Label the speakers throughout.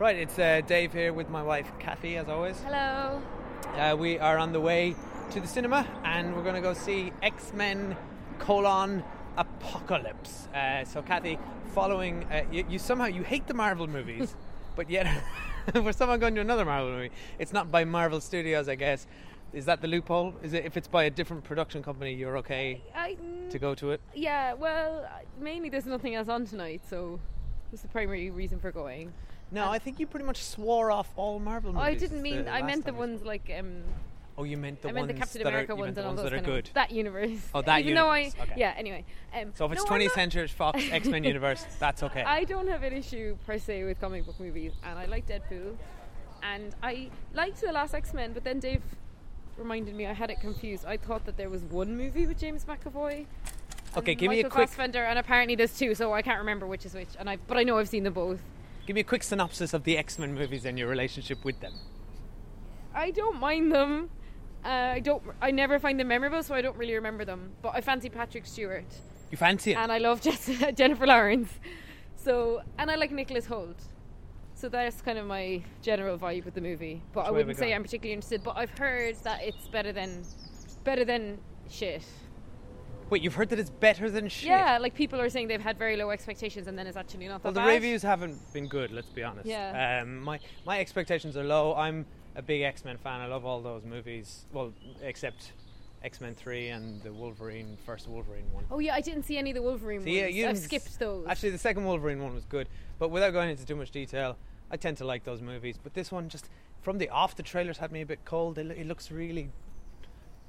Speaker 1: Right, it's uh, Dave here with my wife Kathy, as always.
Speaker 2: Hello.
Speaker 1: Uh, we are on the way to the cinema, and we're going to go see X Men: Colon Apocalypse. Uh, so, Kathy, following uh, you, you somehow you hate the Marvel movies, but yet we're somehow going to another Marvel movie. It's not by Marvel Studios, I guess. Is that the loophole? Is it if it's by a different production company, you're okay
Speaker 2: I, mm,
Speaker 1: to go to it?
Speaker 2: yeah, well, I- mainly there's nothing else on tonight, so that's the primary reason for going.
Speaker 1: No, I think you pretty much swore off all Marvel movies.
Speaker 2: Oh, I didn't mean. I
Speaker 1: last
Speaker 2: meant the
Speaker 1: time we
Speaker 2: ones like. Um,
Speaker 1: spoke. Oh, you meant the
Speaker 2: I
Speaker 1: ones
Speaker 2: meant the Captain
Speaker 1: that are-
Speaker 2: America
Speaker 1: you meant
Speaker 2: ones
Speaker 1: the
Speaker 2: and all
Speaker 1: ones
Speaker 2: those
Speaker 1: that are
Speaker 2: kind
Speaker 1: good.
Speaker 2: of that universe.
Speaker 1: Oh, that
Speaker 2: Even
Speaker 1: universe,
Speaker 2: Though I,
Speaker 1: okay.
Speaker 2: Yeah. Anyway. Um,
Speaker 1: So if it's
Speaker 2: no, I'm
Speaker 1: 20th
Speaker 2: not-
Speaker 1: Century Fox X Men universe, that's okay.
Speaker 2: I don't have an issue per se with comic book movies, and I like Deadpool, and I liked the last X Men, but then Dave reminded me I had it confused. I thought that there was one movie with James McAvoy. and
Speaker 1: Okay, give me a
Speaker 2: Michael
Speaker 1: quick
Speaker 2: Fassbender, and apparently there's two, so I can't remember which is which. And I, but I know I've seen them both.
Speaker 1: give me a quick synopsis of the X Men movies and your relationship with them.
Speaker 2: I don't mind them. Uh, I don't. I never find them memorable, so I don't really remember them. But I fancy Patrick Stewart,
Speaker 1: You fancy it?
Speaker 2: and I love Jess, Jennifer Lawrence. So, and I like Nicholas Holt. So that's kind of my general vibe with the movie. But I
Speaker 1: way we
Speaker 2: wouldn't say
Speaker 1: going?
Speaker 2: I'm particularly interested. But I've heard that it's better than, better than shit.
Speaker 1: Wait, you've heard that it's better than shit.
Speaker 2: Yeah, like people are saying they've had very low expectations, and then it's actually not that
Speaker 1: Well, the
Speaker 2: bad.
Speaker 1: reviews haven't been good. Let's be honest.
Speaker 2: Yeah.
Speaker 1: Um, my my expectations are low. I'm a big X Men fan. I love all those movies. Well, except X Men Three and the Wolverine first Wolverine one.
Speaker 2: Oh yeah, I didn't see any of the Wolverine
Speaker 1: See, yeah,
Speaker 2: ones.
Speaker 1: you
Speaker 2: I've
Speaker 1: didn't s-
Speaker 2: skipped those.
Speaker 1: Actually, the second Wolverine one was good, but without going into too much detail, I tend to like those movies. But this one, just from the off, the trailers had me a bit cold. It, lo- it looks really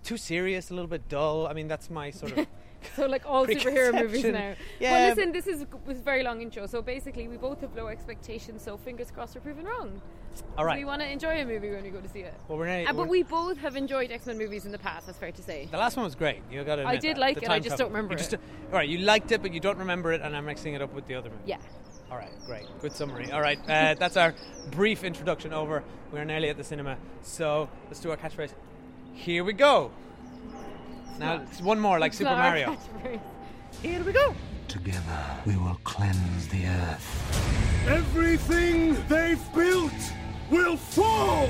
Speaker 1: too serious, a little bit dull. I mean, that's my sort of.
Speaker 2: So like all superhero movies
Speaker 1: Preconception.
Speaker 2: now.
Speaker 1: Yeah,
Speaker 2: well, listen, this is was a very long intro. So basically, we both have low expectations. So fingers crossed, we're proven wrong.
Speaker 1: all right.
Speaker 2: We want to enjoy a movie when we go to see it.
Speaker 1: well, we're nearly-
Speaker 2: Uh,
Speaker 1: we're-
Speaker 2: but we both have enjoyed X Men movies in the past. That's fair to say.
Speaker 1: The last one was great. You got to.
Speaker 2: I did like it, I just don't remember
Speaker 1: you
Speaker 2: it.
Speaker 1: Just, all right, you liked it, but you don't remember it, and I'm mixing it up with the other movie.
Speaker 2: Yeah.
Speaker 1: All right, great. Good summary. All right, uh, that's our brief introduction over. We're nearly at the cinema, so let's do our catchphrase. Here we go. Now, it's one more, like
Speaker 2: It's
Speaker 1: Super
Speaker 2: not our
Speaker 1: Mario.
Speaker 2: catchphrase.
Speaker 1: Here we go.
Speaker 3: Together, we will cleanse the earth.
Speaker 4: Everything they've built will fall!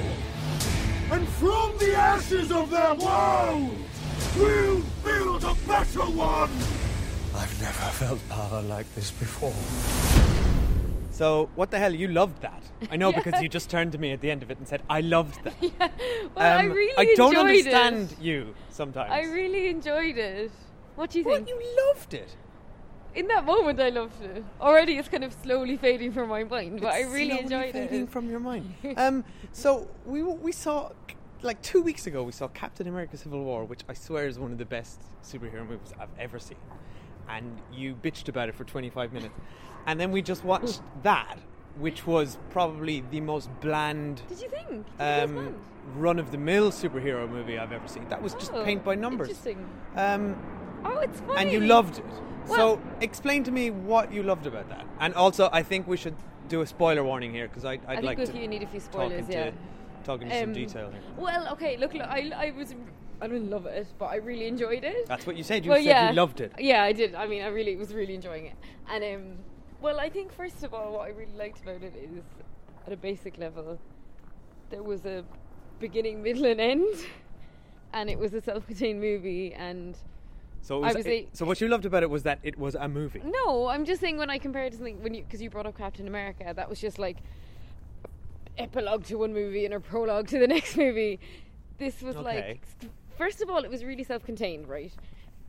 Speaker 4: And from the ashes of their world, we'll build a better one!
Speaker 3: I've never felt power like this before.
Speaker 1: So, what the hell? You loved that. I know because you just turned to me at the end of it and said, I loved that.
Speaker 2: Well, I
Speaker 1: Um,
Speaker 2: really
Speaker 1: I don't
Speaker 2: enjoyed
Speaker 1: understand
Speaker 2: it.
Speaker 1: you sometimes.
Speaker 2: I really enjoyed it. What do you
Speaker 1: What?
Speaker 2: think?
Speaker 1: You loved it.
Speaker 2: In that moment, I loved it. Already, it's kind of slowly fading from my mind, but I really
Speaker 1: slowly
Speaker 2: enjoyed
Speaker 1: fading
Speaker 2: it.
Speaker 1: from your mind. Um, so we we saw like two weeks ago we saw Captain America: Civil War, which I swear is one of the best superhero movies I've ever seen. And you bitched about it for 25 minutes, and then we just watched that, which was probably the most bland.
Speaker 2: Did you think? Did you guys
Speaker 1: Um,
Speaker 2: mind?
Speaker 1: Run of the mill superhero movie I've ever seen. That was just
Speaker 2: Oh,
Speaker 1: paint by numbers.
Speaker 2: Interesting.
Speaker 1: Um,
Speaker 2: Oh, it's funny.
Speaker 1: and you loved it. so
Speaker 2: Well-
Speaker 1: explain to me what you loved about that. And also, I think we should do a spoiler warning here because I'd, I'd
Speaker 2: I
Speaker 1: like
Speaker 2: think
Speaker 1: to.
Speaker 2: you need a few spoilers.
Speaker 1: talking
Speaker 2: Yeah.
Speaker 1: to talking to some
Speaker 2: Um,
Speaker 1: detail here.
Speaker 2: Well, okay. Look, look I, I was, I didn't love it, but I really enjoyed it.
Speaker 1: That's what you said. You
Speaker 2: well,
Speaker 1: said
Speaker 2: yeah,
Speaker 1: you loved it.
Speaker 2: Yeah, I did. I mean, I really was really enjoying it. And um, well, I think first of all, what I really liked about it is, at a basic level, there was a beginning, middle, and end, and it was a self-contained movie. And
Speaker 1: So it was,
Speaker 2: I was
Speaker 1: it-
Speaker 2: a-
Speaker 1: so what you loved about it was that it was a movie.
Speaker 2: no, I'm just saying when I compare it to something when you because you brought up Captain America, that was just like epilogue to one movie and a prologue to the next movie. This was
Speaker 1: Okay.
Speaker 2: like first of all, it was really self-contained, right?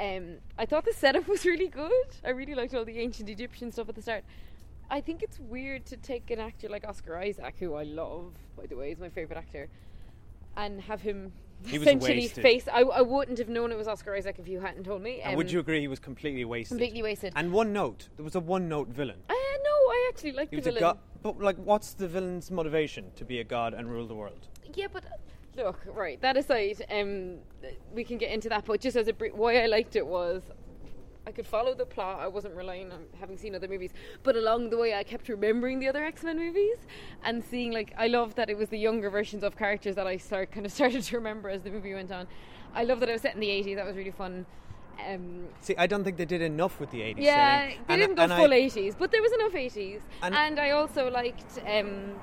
Speaker 2: Um, I thought the setup was really good. I really liked all the ancient Egyptian stuff at the start. I think it's weird to take an actor like Oscar Isaac, who I love, by the way, is my favorite actor, and have him
Speaker 1: He was
Speaker 2: essentially
Speaker 1: wasted.
Speaker 2: face. I, I wouldn't have known it was Oscar Isaac if you hadn't told me.
Speaker 1: And
Speaker 2: Um,
Speaker 1: would you agree he was completely wasted?
Speaker 2: completely wasted?
Speaker 1: And one note. There was a one note villain.
Speaker 2: Uh, no, I actually like
Speaker 1: He
Speaker 2: the
Speaker 1: was a
Speaker 2: villain.
Speaker 1: god. But like, what's the villain's motivation to be a god and rule the world?
Speaker 2: Yeah, but uh, look, right. That aside, um, we can get into that. But just as a brief, why I liked it was I could follow the plot. I wasn't relying on having seen other movies, but along the way, I kept remembering the other X Men movies and seeing like I love that it was the younger versions of characters that I start kind of started to remember as the movie went on. I love that it was set in the eighties. That was really fun. Um,
Speaker 1: See, I don't think they did enough with the 80s.
Speaker 2: yeah,
Speaker 1: setting.
Speaker 2: they
Speaker 1: And-
Speaker 2: didn't go
Speaker 1: and I-
Speaker 2: full eighties, but there was enough eighties.
Speaker 1: And-
Speaker 2: And, I also liked um,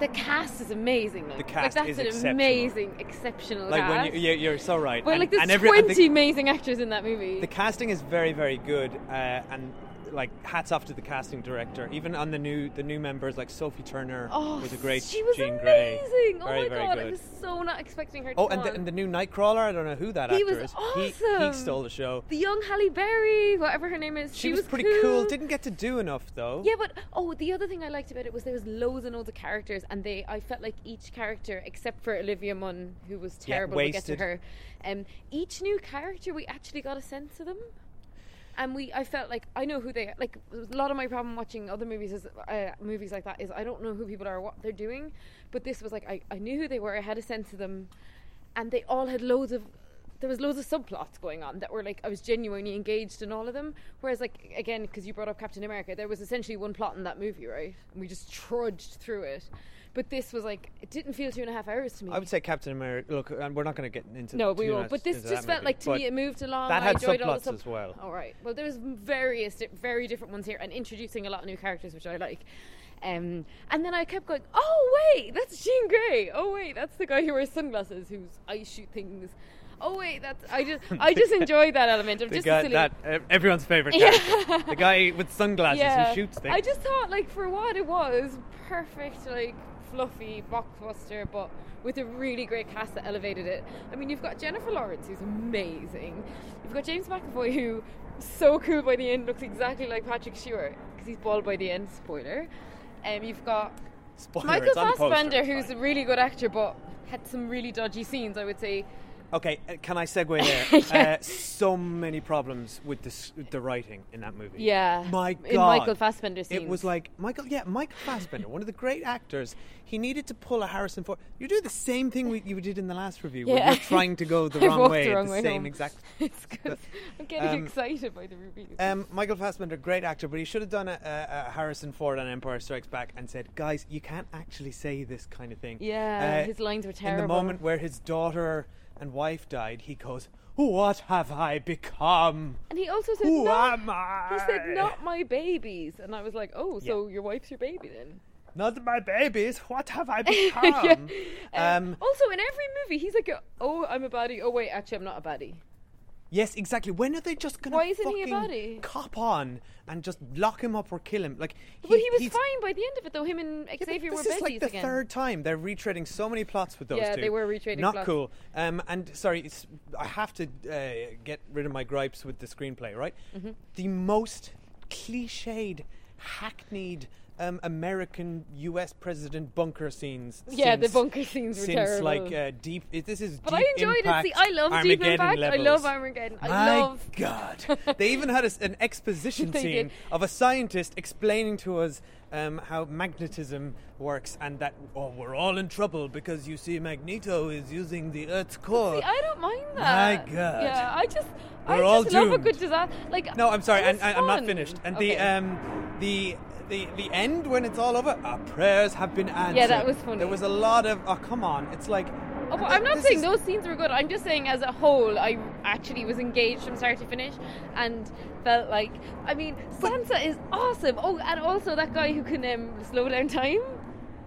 Speaker 2: the cast is amazing. Like,
Speaker 1: The cast
Speaker 2: like,
Speaker 1: is
Speaker 2: that's an
Speaker 1: exceptional.
Speaker 2: amazing, exceptional
Speaker 1: Like when
Speaker 2: cast.
Speaker 1: you, yeah, you're so right.
Speaker 2: but
Speaker 1: And-
Speaker 2: like, there's
Speaker 1: and every- I think
Speaker 2: twenty amazing actors in that movie.
Speaker 1: The casting is very, very good, uh, and like hats off to the casting director. Even on the new, the new members like Sophie Turner
Speaker 2: oh,
Speaker 1: was a great
Speaker 2: She was
Speaker 1: Jean Grey. Very,
Speaker 2: amazing. oh my
Speaker 1: very
Speaker 2: god,
Speaker 1: good.
Speaker 2: I was so not expecting her. To
Speaker 1: Oh,
Speaker 2: come
Speaker 1: and the,
Speaker 2: on.
Speaker 1: and the new Nightcrawler. I don't know who that
Speaker 2: He
Speaker 1: actor
Speaker 2: was
Speaker 1: is. He- He,
Speaker 2: awesome.
Speaker 1: stole the show.
Speaker 2: the young Halle Berry, whatever her name is,
Speaker 1: she was, pretty Didn't get to do enough though.
Speaker 2: Yeah, but oh, the other thing I liked about it was there was loads and loads of characters, and they I felt like each character, except for Olivia Munn, who was
Speaker 1: Yeah,
Speaker 2: terrible. we'll get to
Speaker 1: wasted.
Speaker 2: her. Um, each new character, we actually got a sense of them. And we, I felt like I know who they like. A lot of my problem watching other movies is uh, movies like that is I don't know who people are, or what they're doing. But this was like I, I knew who they were. I had a sense of them, and they all had loads of. There was loads of subplots going on that were like I was genuinely engaged in all of them. Whereas like again, because you brought up Captain America, there was essentially one plot in that movie, right? And we just trudged through it. But this was like it didn't feel two and a half hours to me.
Speaker 1: I would say Captain America. Look, and we're not going to get into
Speaker 2: No, we
Speaker 1: too
Speaker 2: won't.
Speaker 1: much
Speaker 2: But this
Speaker 1: into
Speaker 2: just
Speaker 1: that
Speaker 2: felt
Speaker 1: movie,
Speaker 2: like to
Speaker 1: but
Speaker 2: me it moved along.
Speaker 1: That
Speaker 2: I
Speaker 1: had
Speaker 2: enjoyed all the
Speaker 1: subplots
Speaker 2: sub-
Speaker 1: as well.
Speaker 2: All right. Well, there was various, di- very different ones here, and introducing a lot of new characters, which I like. Um, and then I kept going. Oh wait, that's Jean Grey. Oh wait, that's the guy who wears sunglasses, who's I shoot things. Oh wait, that's I just I just enjoyed that element of
Speaker 1: The
Speaker 2: just a
Speaker 1: guy,
Speaker 2: silly.
Speaker 1: that ev- everyone's favorite
Speaker 2: Yeah.
Speaker 1: character, the guy with sunglasses
Speaker 2: yeah,
Speaker 1: who shoots things.
Speaker 2: I just thought like for what it was, perfect like fluffy blockbuster, but with a really great cast that elevated it. I mean, you've got Jennifer Lawrence who's amazing. You've got James McAvoy who so cool by the end, looks exactly like Patrick Stewart because he's bald by the end. Spoiler. Um, you've got
Speaker 1: Spoiler,
Speaker 2: Michael
Speaker 1: it's on the poster,
Speaker 2: Fassbender
Speaker 1: it's
Speaker 2: who's
Speaker 1: fine.
Speaker 2: a really good actor, but had some really dodgy scenes. I would say.
Speaker 1: Okay, uh, can I segue there? uh, so many problems with this, the writing in that movie.
Speaker 2: Yeah,
Speaker 1: my
Speaker 2: in
Speaker 1: God,
Speaker 2: Michael Fassbender
Speaker 1: It was
Speaker 2: scenes.
Speaker 1: like Michael, yeah, Michael Fassbender, one of the great actors. He needed to pull a Harrison Ford. You do the same thing we, you did in the last review, where
Speaker 2: Yeah.
Speaker 1: you're trying to go the
Speaker 2: I
Speaker 1: wrong
Speaker 2: walked
Speaker 1: way
Speaker 2: the
Speaker 1: at
Speaker 2: wrong
Speaker 1: the
Speaker 2: way
Speaker 1: same
Speaker 2: home.
Speaker 1: exact.
Speaker 2: it's good.
Speaker 1: But,
Speaker 2: I'm getting
Speaker 1: um,
Speaker 2: excited by the review.
Speaker 1: Um, Michael Fassbender, great actor, but he should have done a, a, a Harrison Ford on Empire Strikes Back and said, "Guys, you can't actually say this kind of thing." Uh,
Speaker 2: Yeah, his lines were
Speaker 1: In the
Speaker 2: terrible.
Speaker 1: moment where his daughter and wife died, he goes, "What have I become?"
Speaker 2: And he also said,
Speaker 1: Who
Speaker 2: "No."
Speaker 1: am I?
Speaker 2: He said, "Not my babies," and I was like, "Oh, so your wife's your baby then?"
Speaker 1: Not my babies. What have I become?
Speaker 2: Um,
Speaker 1: um,
Speaker 2: also, in every movie, he's like, "Oh, I'm a baddie. Oh, wait, actually, I'm not a baddie."
Speaker 1: yes, exactly. When are they just gonna
Speaker 2: Why isn't he a
Speaker 1: fucking
Speaker 2: baddie?
Speaker 1: cop on and just lock him up or kill him? Like,
Speaker 2: But he was
Speaker 1: he's-
Speaker 2: fine by the end of it, though. Him and
Speaker 1: Yeah, but
Speaker 2: Xavier were
Speaker 1: this
Speaker 2: besties
Speaker 1: is like the
Speaker 2: again.
Speaker 1: third time they're retreading so many plots with those
Speaker 2: Yeah,
Speaker 1: two.
Speaker 2: they were retreading
Speaker 1: Not
Speaker 2: plots.
Speaker 1: cool. Um, and sorry, it's, I have to uh, get rid of my gripes with the screenplay. Right,
Speaker 2: Mm-hmm.
Speaker 1: the most cliched, hackneyed um, American U.S. president bunker scenes.
Speaker 2: Yeah, the
Speaker 1: since-
Speaker 2: bunker scenes were
Speaker 1: since
Speaker 2: terrible.
Speaker 1: like uh, deep. It, this is.
Speaker 2: But
Speaker 1: deep
Speaker 2: I enjoyed
Speaker 1: impact
Speaker 2: it. See, I love Deep
Speaker 1: Armageddon
Speaker 2: Impact.
Speaker 1: Levels.
Speaker 2: I love Armageddon. I
Speaker 1: My
Speaker 2: love.
Speaker 1: God! they even had a s an exposition
Speaker 2: They
Speaker 1: scene
Speaker 2: did.
Speaker 1: of a scientist explaining to us um, how magnetism works, and that oh, we're all in trouble because you see, Magneto is using the Earth's core.
Speaker 2: See, I don't mind that.
Speaker 1: God.
Speaker 2: Yeah, I just, I
Speaker 1: We're
Speaker 2: just
Speaker 1: all
Speaker 2: love a
Speaker 1: doomed.
Speaker 2: good disaster. Like,
Speaker 1: no, I'm sorry,
Speaker 2: it
Speaker 1: and
Speaker 2: was
Speaker 1: I, I'm not
Speaker 2: fun.
Speaker 1: finished. And the
Speaker 2: Okay.
Speaker 1: um, the. The, the end when it's all over, our prayers have been answered.
Speaker 2: that was funny.
Speaker 1: There was a lot of oh come on, it's like
Speaker 2: Oh, but I'm not
Speaker 1: this
Speaker 2: saying
Speaker 1: is-
Speaker 2: those scenes were good. I'm just saying, as a whole, I actually was engaged from start to finish and felt like, I mean, Sansa is awesome. Oh, and also that guy who can um, slow down time.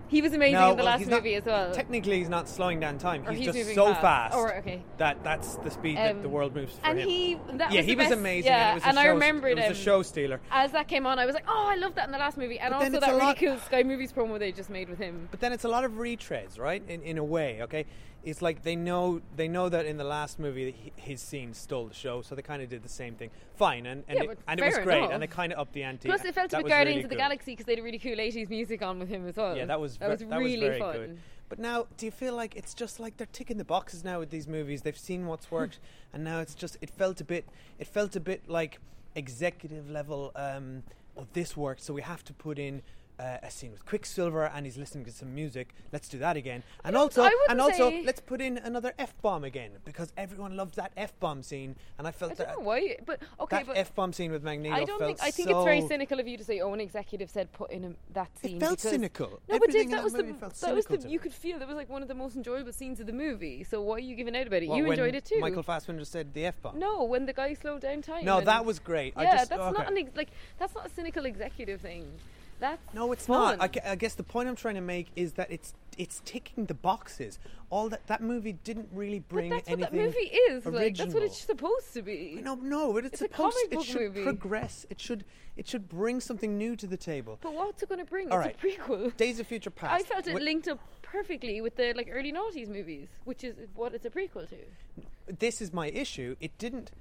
Speaker 2: He was amazing in the
Speaker 1: well,
Speaker 2: last
Speaker 1: he's not-
Speaker 2: movie as well.
Speaker 1: Technically, he's not slowing down time.
Speaker 2: Or
Speaker 1: He's,
Speaker 2: he's
Speaker 1: just
Speaker 2: moving
Speaker 1: so
Speaker 2: fast.
Speaker 1: fast.
Speaker 2: Oh, right, okay.
Speaker 1: That that's the speed that
Speaker 2: Um,
Speaker 1: the world moves for
Speaker 2: and
Speaker 1: him.
Speaker 2: he, that
Speaker 1: yeah,
Speaker 2: was
Speaker 1: he
Speaker 2: the
Speaker 1: was
Speaker 2: best-
Speaker 1: amazing.
Speaker 2: Yeah,
Speaker 1: and it was a
Speaker 2: I
Speaker 1: show,
Speaker 2: remembered
Speaker 1: it was
Speaker 2: him.
Speaker 1: a show stealer.
Speaker 2: As that came on, I was like, oh, I loved that in the last movie, and
Speaker 1: But then
Speaker 2: also
Speaker 1: it's
Speaker 2: that
Speaker 1: a
Speaker 2: really
Speaker 1: lot-
Speaker 2: cool Sky Movies promo they just made with him.
Speaker 1: But then it's a lot of retreads, right? In in a way, okay. It's like they know they know that in the last movie that he- his scene stole the show, so they kind of did the same thing. Fine, and and,
Speaker 2: Yeah,
Speaker 1: it,
Speaker 2: but
Speaker 1: and it was
Speaker 2: fair
Speaker 1: great,
Speaker 2: enough.
Speaker 1: and they kind of upped the ante.
Speaker 2: Plus, it felt a
Speaker 1: That
Speaker 2: bit
Speaker 1: was
Speaker 2: Guardians
Speaker 1: really
Speaker 2: of the
Speaker 1: cool.
Speaker 2: Galaxy because they had really cool 80s music on with him as well.
Speaker 1: Yeah, that was
Speaker 2: that
Speaker 1: ver-
Speaker 2: was really
Speaker 1: very
Speaker 2: fun.
Speaker 1: good. But now, do you feel like it's just like they're ticking the boxes now with these movies? They've seen what's worked, and now it's just it felt a bit it felt a bit like executive level um, oh, this worked, so we have to put in uh, a scene with Quicksilver and he's listening to some music. Let's do that again. And also,
Speaker 2: I wouldn't
Speaker 1: and also,
Speaker 2: say-
Speaker 1: let's put in another F bomb again because everyone loves that F bomb scene. And I felt
Speaker 2: I
Speaker 1: that
Speaker 2: don't know why, but okay,
Speaker 1: that
Speaker 2: but
Speaker 1: F bomb scene with Magneto
Speaker 2: I don't
Speaker 1: felt
Speaker 2: think I think
Speaker 1: so
Speaker 2: it's very cynical of you to say, "Oh, an executive said put in a, that scene."
Speaker 1: felt
Speaker 2: because-
Speaker 1: cynical.
Speaker 2: No, but
Speaker 1: Everything
Speaker 2: Dick,
Speaker 1: in
Speaker 2: that
Speaker 1: that
Speaker 2: was the
Speaker 1: movie felt
Speaker 2: that was
Speaker 1: cynical
Speaker 2: the
Speaker 1: to
Speaker 2: you
Speaker 1: me.
Speaker 2: could feel that was like one of the most enjoyable scenes of the movie. So why are you giving out about it?
Speaker 1: What,
Speaker 2: you
Speaker 1: when
Speaker 2: enjoyed it too.
Speaker 1: Michael Fassbender said the F bomb.
Speaker 2: no, when the guy slowed down time.
Speaker 1: No,
Speaker 2: and-
Speaker 1: that was great. I
Speaker 2: Yeah,
Speaker 1: just-
Speaker 2: that's
Speaker 1: okay.
Speaker 2: not an ex- like that's not a cynical executive thing. That's
Speaker 1: No, it's
Speaker 2: fun.
Speaker 1: not. I, gu- I guess the point I'm trying to make is that it's it's ticking the boxes. All that that movie didn't really bring
Speaker 2: but that's what
Speaker 1: anything.
Speaker 2: that movie is.
Speaker 1: Original.
Speaker 2: Like that's what it's supposed to be.
Speaker 1: No, no, but it's,
Speaker 2: It's a
Speaker 1: supposed.
Speaker 2: comic book
Speaker 1: it should
Speaker 2: movie.
Speaker 1: progress. It should. It should bring something new to the table.
Speaker 2: But what's it going to bring?
Speaker 1: All
Speaker 2: it's
Speaker 1: right.
Speaker 2: a prequel.
Speaker 1: Days of Future Past.
Speaker 2: I felt it
Speaker 1: Wh-
Speaker 2: linked up perfectly with the like early noughties movies, which is what it's a prequel to.
Speaker 1: This is my issue. It didn't.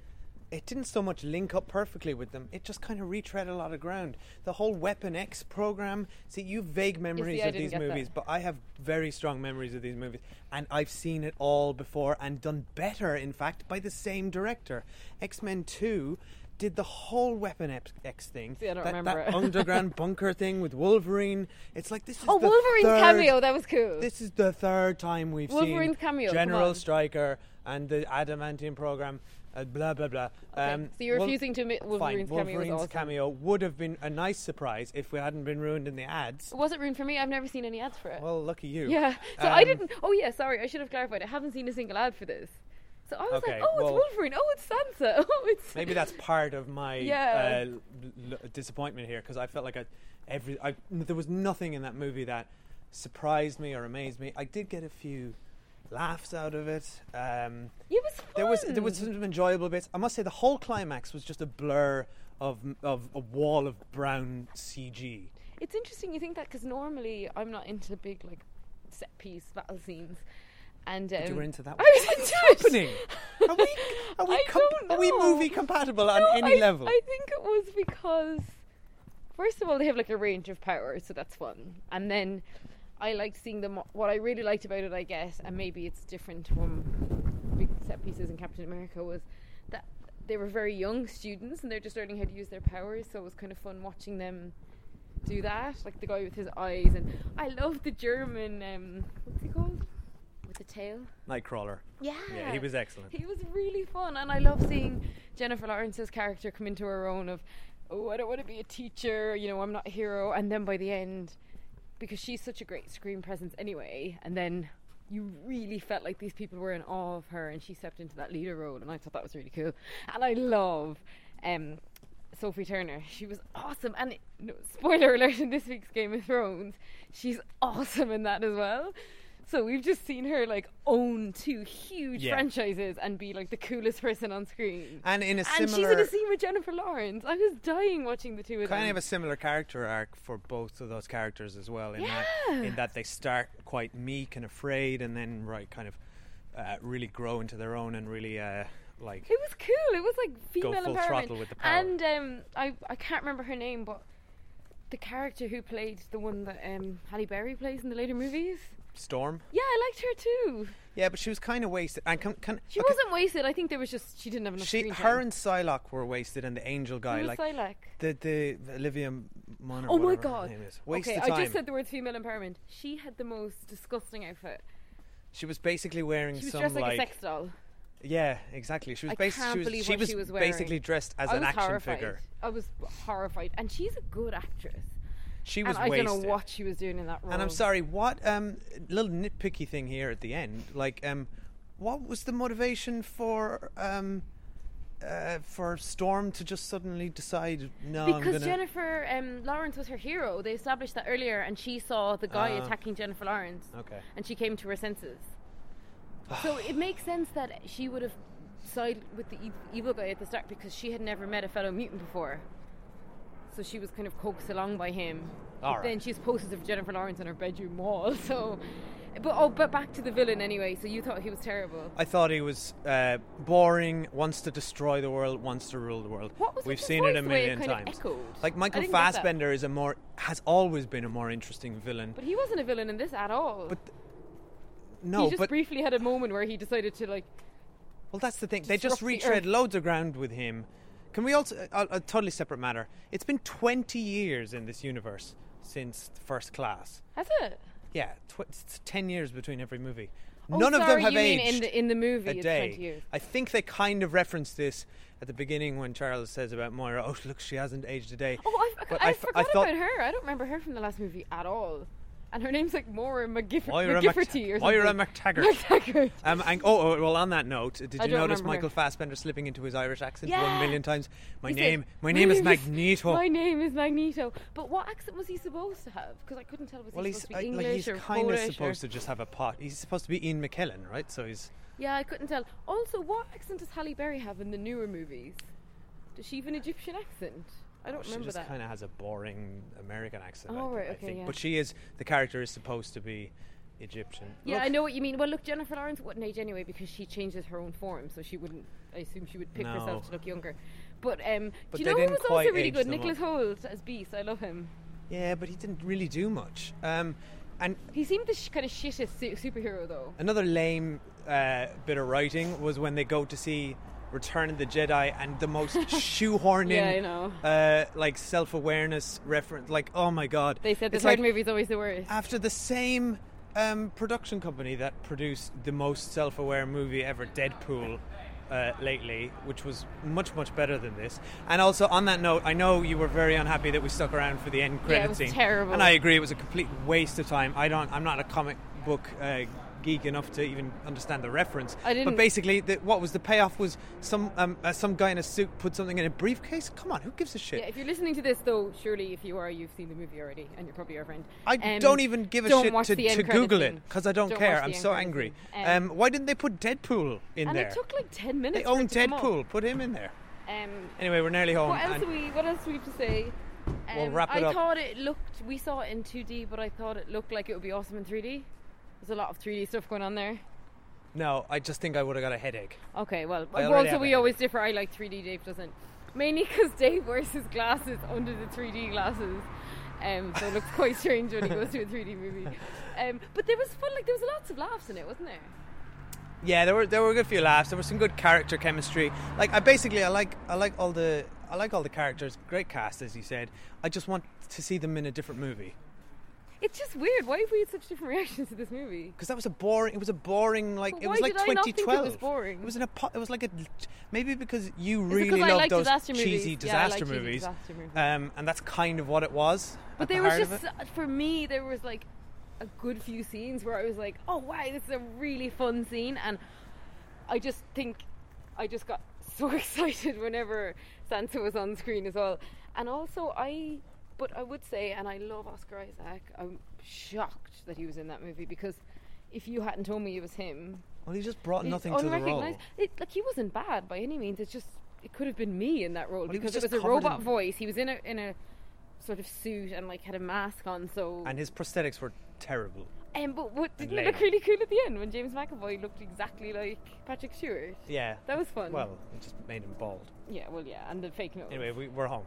Speaker 1: It didn't so much link up perfectly with them. It just kind of retread a lot of ground. The whole Weapon X program. See, you have vague memories
Speaker 2: I
Speaker 1: of
Speaker 2: didn't
Speaker 1: these
Speaker 2: get that.
Speaker 1: movies, but I have very strong memories of these movies, and I've seen it all before and done better, in fact, by the same director. X Men Two did the whole Weapon X- X thing.
Speaker 2: See, I don't
Speaker 1: that,
Speaker 2: remember
Speaker 1: that
Speaker 2: it.
Speaker 1: underground bunker thing with Wolverine. It's like this is
Speaker 2: Oh,
Speaker 1: the
Speaker 2: Wolverine's
Speaker 1: third-
Speaker 2: cameo, that was cool.
Speaker 1: This is the third time we've seen
Speaker 2: Wolverine's cameo, come
Speaker 1: General
Speaker 2: on.
Speaker 1: Striker and the Adamantium program. Uh, blah blah blah. Um,
Speaker 2: so you're refusing to admit
Speaker 1: fine.
Speaker 2: Wolverine's cameo was
Speaker 1: Wolverine's
Speaker 2: awesome.
Speaker 1: cameo would have been a nice surprise if we hadn't been ruined in the ads.
Speaker 2: It wasn't ruined for me. I've never seen any ads for it.
Speaker 1: Well, lucky you.
Speaker 2: yeah. So I
Speaker 1: Um,
Speaker 2: didn't. Oh yeah, sorry. I should have clarified. I haven't seen a single ad for this. So I was
Speaker 1: Okay,
Speaker 2: like, oh, it's
Speaker 1: well-
Speaker 2: Wolverine. Oh, it's Sansa. Oh, it's
Speaker 1: Maybe that's part of my
Speaker 2: Yeah.
Speaker 1: uh, l- l- disappointment here because I felt like I, every I, there was nothing in that movie that surprised me or amazed me. I did get a few laughs out of it. Um,
Speaker 2: It was
Speaker 1: there was there
Speaker 2: fun.
Speaker 1: was some enjoyable bits. I must say the whole climax was just a blur of of a wall of brown CG.
Speaker 2: It's interesting you think that because normally I'm not into big like set piece battle scenes. And um,
Speaker 1: you were into that
Speaker 2: I
Speaker 1: one.
Speaker 2: was into
Speaker 1: What's
Speaker 2: it.
Speaker 1: happening? Are we are we,
Speaker 2: I
Speaker 1: comp-
Speaker 2: don't
Speaker 1: are we
Speaker 2: know.
Speaker 1: movie compatible on
Speaker 2: No,
Speaker 1: any
Speaker 2: I-
Speaker 1: level?
Speaker 2: I think it was because first of all they have like a range of powers, so that's fun. And then I liked seeing them. What I really liked about it, I guess, and maybe it's different from big set pieces in Captain America was that they were very young students and they're just learning how to use their powers. So it was kind of fun watching them do that, like the guy with his eyes. And I love the German. Um, what's he called? With the tail.
Speaker 1: Nightcrawler.
Speaker 2: Yeah.
Speaker 1: Yeah, he was excellent.
Speaker 2: He was really fun, and I love seeing Jennifer Lawrence's character come into her own of, oh, I don't want to be a teacher, you know, I'm not a hero, and then by the end, because she's such a great screen presence anyway, and then you really felt like these people were in awe of her, and she stepped into that leader role, and I thought that was really cool, and I love. Um, Sophie Turner, she was awesome, and it- no, spoiler alert in this week's Game of Thrones, she's awesome in that as well. So we've just seen her like own two huge
Speaker 1: Yeah.
Speaker 2: franchises and be like the coolest person on screen.
Speaker 1: And in a
Speaker 2: and she's
Speaker 1: similar
Speaker 2: in a scene with Jennifer Lawrence. I was dying watching the two of
Speaker 1: kind
Speaker 2: them.
Speaker 1: of a similar character arc for both of those characters as well in that in that they start quite meek and afraid and then right kind of uh, really grow into their own and really uh, like
Speaker 2: it was cool. It was like female
Speaker 1: full
Speaker 2: empowerment.
Speaker 1: throttle with the power.
Speaker 2: And um, I I can't remember her name, but the character who played the one that um, Halle Berry plays in the later movies.
Speaker 1: storm
Speaker 2: Yeah, I liked her too.
Speaker 1: yeah but she was kind of wasted and can, can,
Speaker 2: She
Speaker 1: okay,
Speaker 2: wasn't wasted. I think there was just she didn't have enough
Speaker 1: she
Speaker 2: screen
Speaker 1: her
Speaker 2: time.
Speaker 1: and Psylocke were wasted and the angel guy
Speaker 2: Who was
Speaker 1: like
Speaker 2: Psylocke?
Speaker 1: the the Olivia Munn or
Speaker 2: Oh my
Speaker 1: whatever her
Speaker 2: god!
Speaker 1: name is. waste
Speaker 2: okay,
Speaker 1: of time
Speaker 2: I just said the word female empowerment. She had the most disgusting outfit.
Speaker 1: she was basically wearing
Speaker 2: She was
Speaker 1: some
Speaker 2: dressed
Speaker 1: like
Speaker 2: like, a sex doll.
Speaker 1: yeah exactly she was
Speaker 2: I
Speaker 1: basi-
Speaker 2: can't
Speaker 1: she was,
Speaker 2: believe
Speaker 1: she
Speaker 2: what
Speaker 1: was
Speaker 2: she was wearing.
Speaker 1: basically dressed as
Speaker 2: I
Speaker 1: an
Speaker 2: was
Speaker 1: action
Speaker 2: horrified.
Speaker 1: figure
Speaker 2: I was horrified, and she's a good actress.
Speaker 1: she
Speaker 2: And
Speaker 1: was
Speaker 2: I
Speaker 1: wasted
Speaker 2: don't know what she was doing in that role.
Speaker 1: And I'm sorry, what um little nitpicky thing here at the end, like um what was the motivation for um uh, for Storm to just suddenly decide no I'm
Speaker 2: Because
Speaker 1: gonna
Speaker 2: Jennifer um, Lawrence was her hero. They established that earlier, and she saw the guy
Speaker 1: Ah.
Speaker 2: attacking Jennifer Lawrence.
Speaker 1: Okay.
Speaker 2: And she came to her senses. so it makes sense that she would have sided with the e- evil guy at the start because she had never met a fellow mutant before. So she was kind of coaxed along by him.
Speaker 1: All
Speaker 2: but
Speaker 1: right.
Speaker 2: Then she's posters of Jennifer Lawrence on her bedroom wall. So, but oh, but back to the villain anyway. So you thought he was terrible.
Speaker 1: I thought he was uh, boring, wants to destroy the world, wants to rule the world.
Speaker 2: What was
Speaker 1: We've
Speaker 2: with the
Speaker 1: seen it a
Speaker 2: voice, the way it
Speaker 1: million
Speaker 2: kind of
Speaker 1: times.
Speaker 2: echoed?
Speaker 1: Like
Speaker 2: I
Speaker 1: Michael
Speaker 2: didn't get that.
Speaker 1: Fassbender is a more has always been a more interesting villain.
Speaker 2: But he wasn't a villain in this at all.
Speaker 1: But no,
Speaker 2: he just
Speaker 1: but
Speaker 2: briefly had a moment where he decided to like
Speaker 1: Well, that's the thing. They just
Speaker 2: Disrupt the
Speaker 1: retread
Speaker 2: earth.
Speaker 1: loads of ground with him Can we also a, a totally separate matter? It's been 20 years in this universe since First Class.
Speaker 2: Has it?
Speaker 1: Yeah, tw- it's 10 years between every movie.
Speaker 2: Oh,
Speaker 1: None of them
Speaker 2: sorry,
Speaker 1: have
Speaker 2: you mean
Speaker 1: aged.
Speaker 2: in the, in the movie.
Speaker 1: a
Speaker 2: it's
Speaker 1: day.
Speaker 2: 20 years.
Speaker 1: I think they kind of referenced this at the beginning when Charles says about Moira, oh, look, she hasn't aged a day.
Speaker 2: Oh, I,
Speaker 1: But
Speaker 2: I, I
Speaker 1: f-
Speaker 2: forgot
Speaker 1: thought
Speaker 2: about her. I don't remember her from the last movie at all. And her name's like Moira McGiff-
Speaker 1: Moira,
Speaker 2: McGifferty
Speaker 1: McTaggart.
Speaker 2: or something.
Speaker 1: Moira McTaggart.
Speaker 2: McTaggart.
Speaker 1: Um, and, oh, oh, well, on that note, did you
Speaker 2: I don't
Speaker 1: notice
Speaker 2: remember
Speaker 1: Michael
Speaker 2: her.
Speaker 1: Fassbender slipping into his Irish accent one
Speaker 2: Yeah.
Speaker 1: million times? My
Speaker 2: He said,
Speaker 1: name, my name is Magneto.
Speaker 2: My name is Magneto. But what accent was he supposed to have? Because I couldn't tell. Was
Speaker 1: well,
Speaker 2: he
Speaker 1: he's,
Speaker 2: supposed
Speaker 1: I-
Speaker 2: to be
Speaker 1: like,
Speaker 2: English
Speaker 1: he's
Speaker 2: or
Speaker 1: kind of
Speaker 2: Polish?
Speaker 1: supposed
Speaker 2: or,
Speaker 1: to just have a pot. He's supposed to be Ian McKellen, right? So he's.
Speaker 2: Yeah, I couldn't tell. Also, what accent does Halle Berry have in the newer movies? Does she have an Egyptian accent? I don't
Speaker 1: She
Speaker 2: remember
Speaker 1: just
Speaker 2: that.
Speaker 1: kind of has a boring American accent. I,
Speaker 2: Oh, right,
Speaker 1: I
Speaker 2: okay,
Speaker 1: think.
Speaker 2: yeah.
Speaker 1: But she is the character is supposed to be Egyptian.
Speaker 2: Yeah,
Speaker 1: Look,
Speaker 2: I know what you mean. Well, look, Jennifer Lawrence wasn't age anyway because she changes her own form, so she wouldn't. I assume she would pick
Speaker 1: No.
Speaker 2: herself to look younger. But um,
Speaker 1: But
Speaker 2: do you
Speaker 1: they
Speaker 2: know who
Speaker 1: didn't
Speaker 2: was
Speaker 1: quite
Speaker 2: also really
Speaker 1: age
Speaker 2: good?
Speaker 1: them
Speaker 2: Nicholas
Speaker 1: up.
Speaker 2: Holt as Beast. I love him.
Speaker 1: Yeah, but he didn't really do much. Um, and
Speaker 2: He seemed the sh- kind of shittest su- superhero though.
Speaker 1: another lame uh, bit of writing was when they go to see Return of the Jedi and the most shoehorning,
Speaker 2: Yeah, I know.
Speaker 1: Uh, like self awareness reference. Like, oh my god!
Speaker 2: They said the
Speaker 1: It's
Speaker 2: third
Speaker 1: like
Speaker 2: movie's always the worst.
Speaker 1: after the same um, production company that produced the most self aware movie ever, Deadpool. Uh, lately, which was much much better than this, and also on that note, I know you were very unhappy that we stuck around for the end
Speaker 2: Yeah,
Speaker 1: credit
Speaker 2: it was
Speaker 1: scene.
Speaker 2: terrible.
Speaker 1: And I agree, it was a complete waste of time. I don't, I'm not a comic book uh, geek enough to even understand the reference.
Speaker 2: I didn't-
Speaker 1: But basically, the, what was the payoff was some um, uh, some guy in a suit put something in a briefcase. Come on, who gives a shit?
Speaker 2: Yeah, if you're listening to this though, surely if you are, you've seen the movie already, and you're probably our friend.
Speaker 1: I
Speaker 2: Um,
Speaker 1: don't even give a
Speaker 2: don't
Speaker 1: shit
Speaker 2: watch
Speaker 1: to,
Speaker 2: the end
Speaker 1: to
Speaker 2: credit
Speaker 1: Google it
Speaker 2: scene.
Speaker 1: because I don't,
Speaker 2: Don't
Speaker 1: care.
Speaker 2: watch the
Speaker 1: I'm
Speaker 2: end
Speaker 1: so
Speaker 2: credit
Speaker 1: angry.
Speaker 2: scene.
Speaker 1: Um,
Speaker 2: Um,
Speaker 1: why didn't they put Deadpool in
Speaker 2: And
Speaker 1: there?
Speaker 2: it took like ten
Speaker 1: they
Speaker 2: minutes. for
Speaker 1: own
Speaker 2: it to come up.
Speaker 1: Deadpool. Put him in there.
Speaker 2: Um,
Speaker 1: Anyway, we're nearly home.
Speaker 2: What else
Speaker 1: and
Speaker 2: do we? What else do we have to say? Um,
Speaker 1: We'll wrap it
Speaker 2: I
Speaker 1: up.
Speaker 2: thought it looked. We saw it in 2D, but I thought it looked like it would be awesome in 3D. There's a lot of 3D stuff going on there.
Speaker 1: no, I just think I would have got a headache.
Speaker 2: Okay, well,
Speaker 1: I
Speaker 2: well,
Speaker 1: already
Speaker 2: so
Speaker 1: have
Speaker 2: we
Speaker 1: it.
Speaker 2: always differ. I like 3D. Dave doesn't. Mainly because Dave wears his glasses under the 3D glasses. Um, so it looks quite strange when he goes to a 3D movie. Um, but there was fun. Like there was lots of laughs in it, wasn't there?
Speaker 1: Yeah, there were there were a good few laughs. There was some good character chemistry. Like I basically I like I like all the I like all the characters. Great cast, as you said. I just want to see them in a different movie
Speaker 2: It's just weird. Why have we had such different reactions to this movie?
Speaker 1: because that was a boring. It was a boring like
Speaker 2: But
Speaker 1: it
Speaker 2: why
Speaker 1: was like
Speaker 2: did I not think it
Speaker 1: 2012.
Speaker 2: was boring?
Speaker 1: It was an apo- it was like a maybe because you
Speaker 2: Is it 'cause
Speaker 1: really
Speaker 2: I
Speaker 1: love
Speaker 2: like
Speaker 1: those
Speaker 2: disaster movies?
Speaker 1: cheesy
Speaker 2: Yeah, I like
Speaker 1: disaster
Speaker 2: cheesy
Speaker 1: movies.
Speaker 2: disaster movies.
Speaker 1: Um, and that's kind of what it was. at
Speaker 2: But
Speaker 1: the
Speaker 2: there was
Speaker 1: heart of
Speaker 2: just
Speaker 1: it.
Speaker 2: for me there was like a good few scenes where I was like, "Oh wow, this is a really fun scene," and I just think I just got so excited whenever Sansa was on screen as well. And also I, but I would say, and I love Oscar Isaac. I'm shocked that he was in that movie because if you hadn't told me it was him,
Speaker 1: well, he just brought
Speaker 2: he's
Speaker 1: nothing to the role.
Speaker 2: unrecognised. It, like he wasn't bad by any means. It's just it could have been me in that role
Speaker 1: Well, he was
Speaker 2: because it
Speaker 1: just
Speaker 2: was a
Speaker 1: covered
Speaker 2: robot
Speaker 1: in-
Speaker 2: voice. He was in a in a sort of suit and like had a mask on. So
Speaker 1: And his prosthetics were terrible.
Speaker 2: um, but what didn't
Speaker 1: lame.
Speaker 2: it look really cool at the end when James McAvoy looked exactly like Patrick Stewart?
Speaker 1: Yeah,
Speaker 2: That was fun.
Speaker 1: Well, it just made him bald.
Speaker 2: Yeah, well, yeah, and the fake nose.
Speaker 1: Anyway, we, we're home.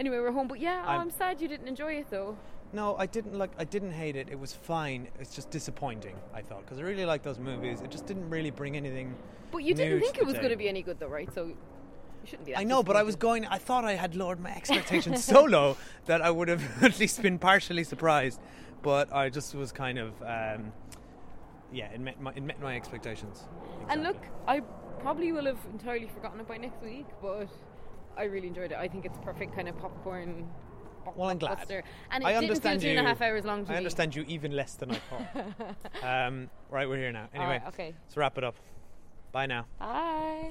Speaker 2: Anyway, we're home. But yeah, oh,
Speaker 1: I'm-
Speaker 2: I'm sad you didn't enjoy it though.
Speaker 1: No, I didn't like. I didn't hate it. It was fine. It's just disappointing. I thought because I really like those movies. It just didn't really bring anything.
Speaker 2: But you
Speaker 1: new
Speaker 2: didn't think
Speaker 1: the
Speaker 2: it was going to
Speaker 1: table.
Speaker 2: be any good though, right? So you shouldn't be. That
Speaker 1: I know, but I was
Speaker 2: disappointed.
Speaker 1: going. I thought I had lowered my expectations so low that I would have at least been partially surprised. But I just was kind of, um, yeah, it met my, it met my expectations.
Speaker 2: And
Speaker 1: Exactly.
Speaker 2: look, I probably will have entirely forgotten it by next week, but I really enjoyed it. I think it's perfect kind of popcorn.
Speaker 1: well, I'm glad.
Speaker 2: blockbuster. And it
Speaker 1: I
Speaker 2: didn't
Speaker 1: understand
Speaker 2: feel two
Speaker 1: you.
Speaker 2: and a half hours long to
Speaker 1: I
Speaker 2: me.
Speaker 1: understand you even less than I thought. um, right, we're here now. Anyway,
Speaker 2: right, okay.
Speaker 1: let's wrap it up. Bye now.
Speaker 2: Bye.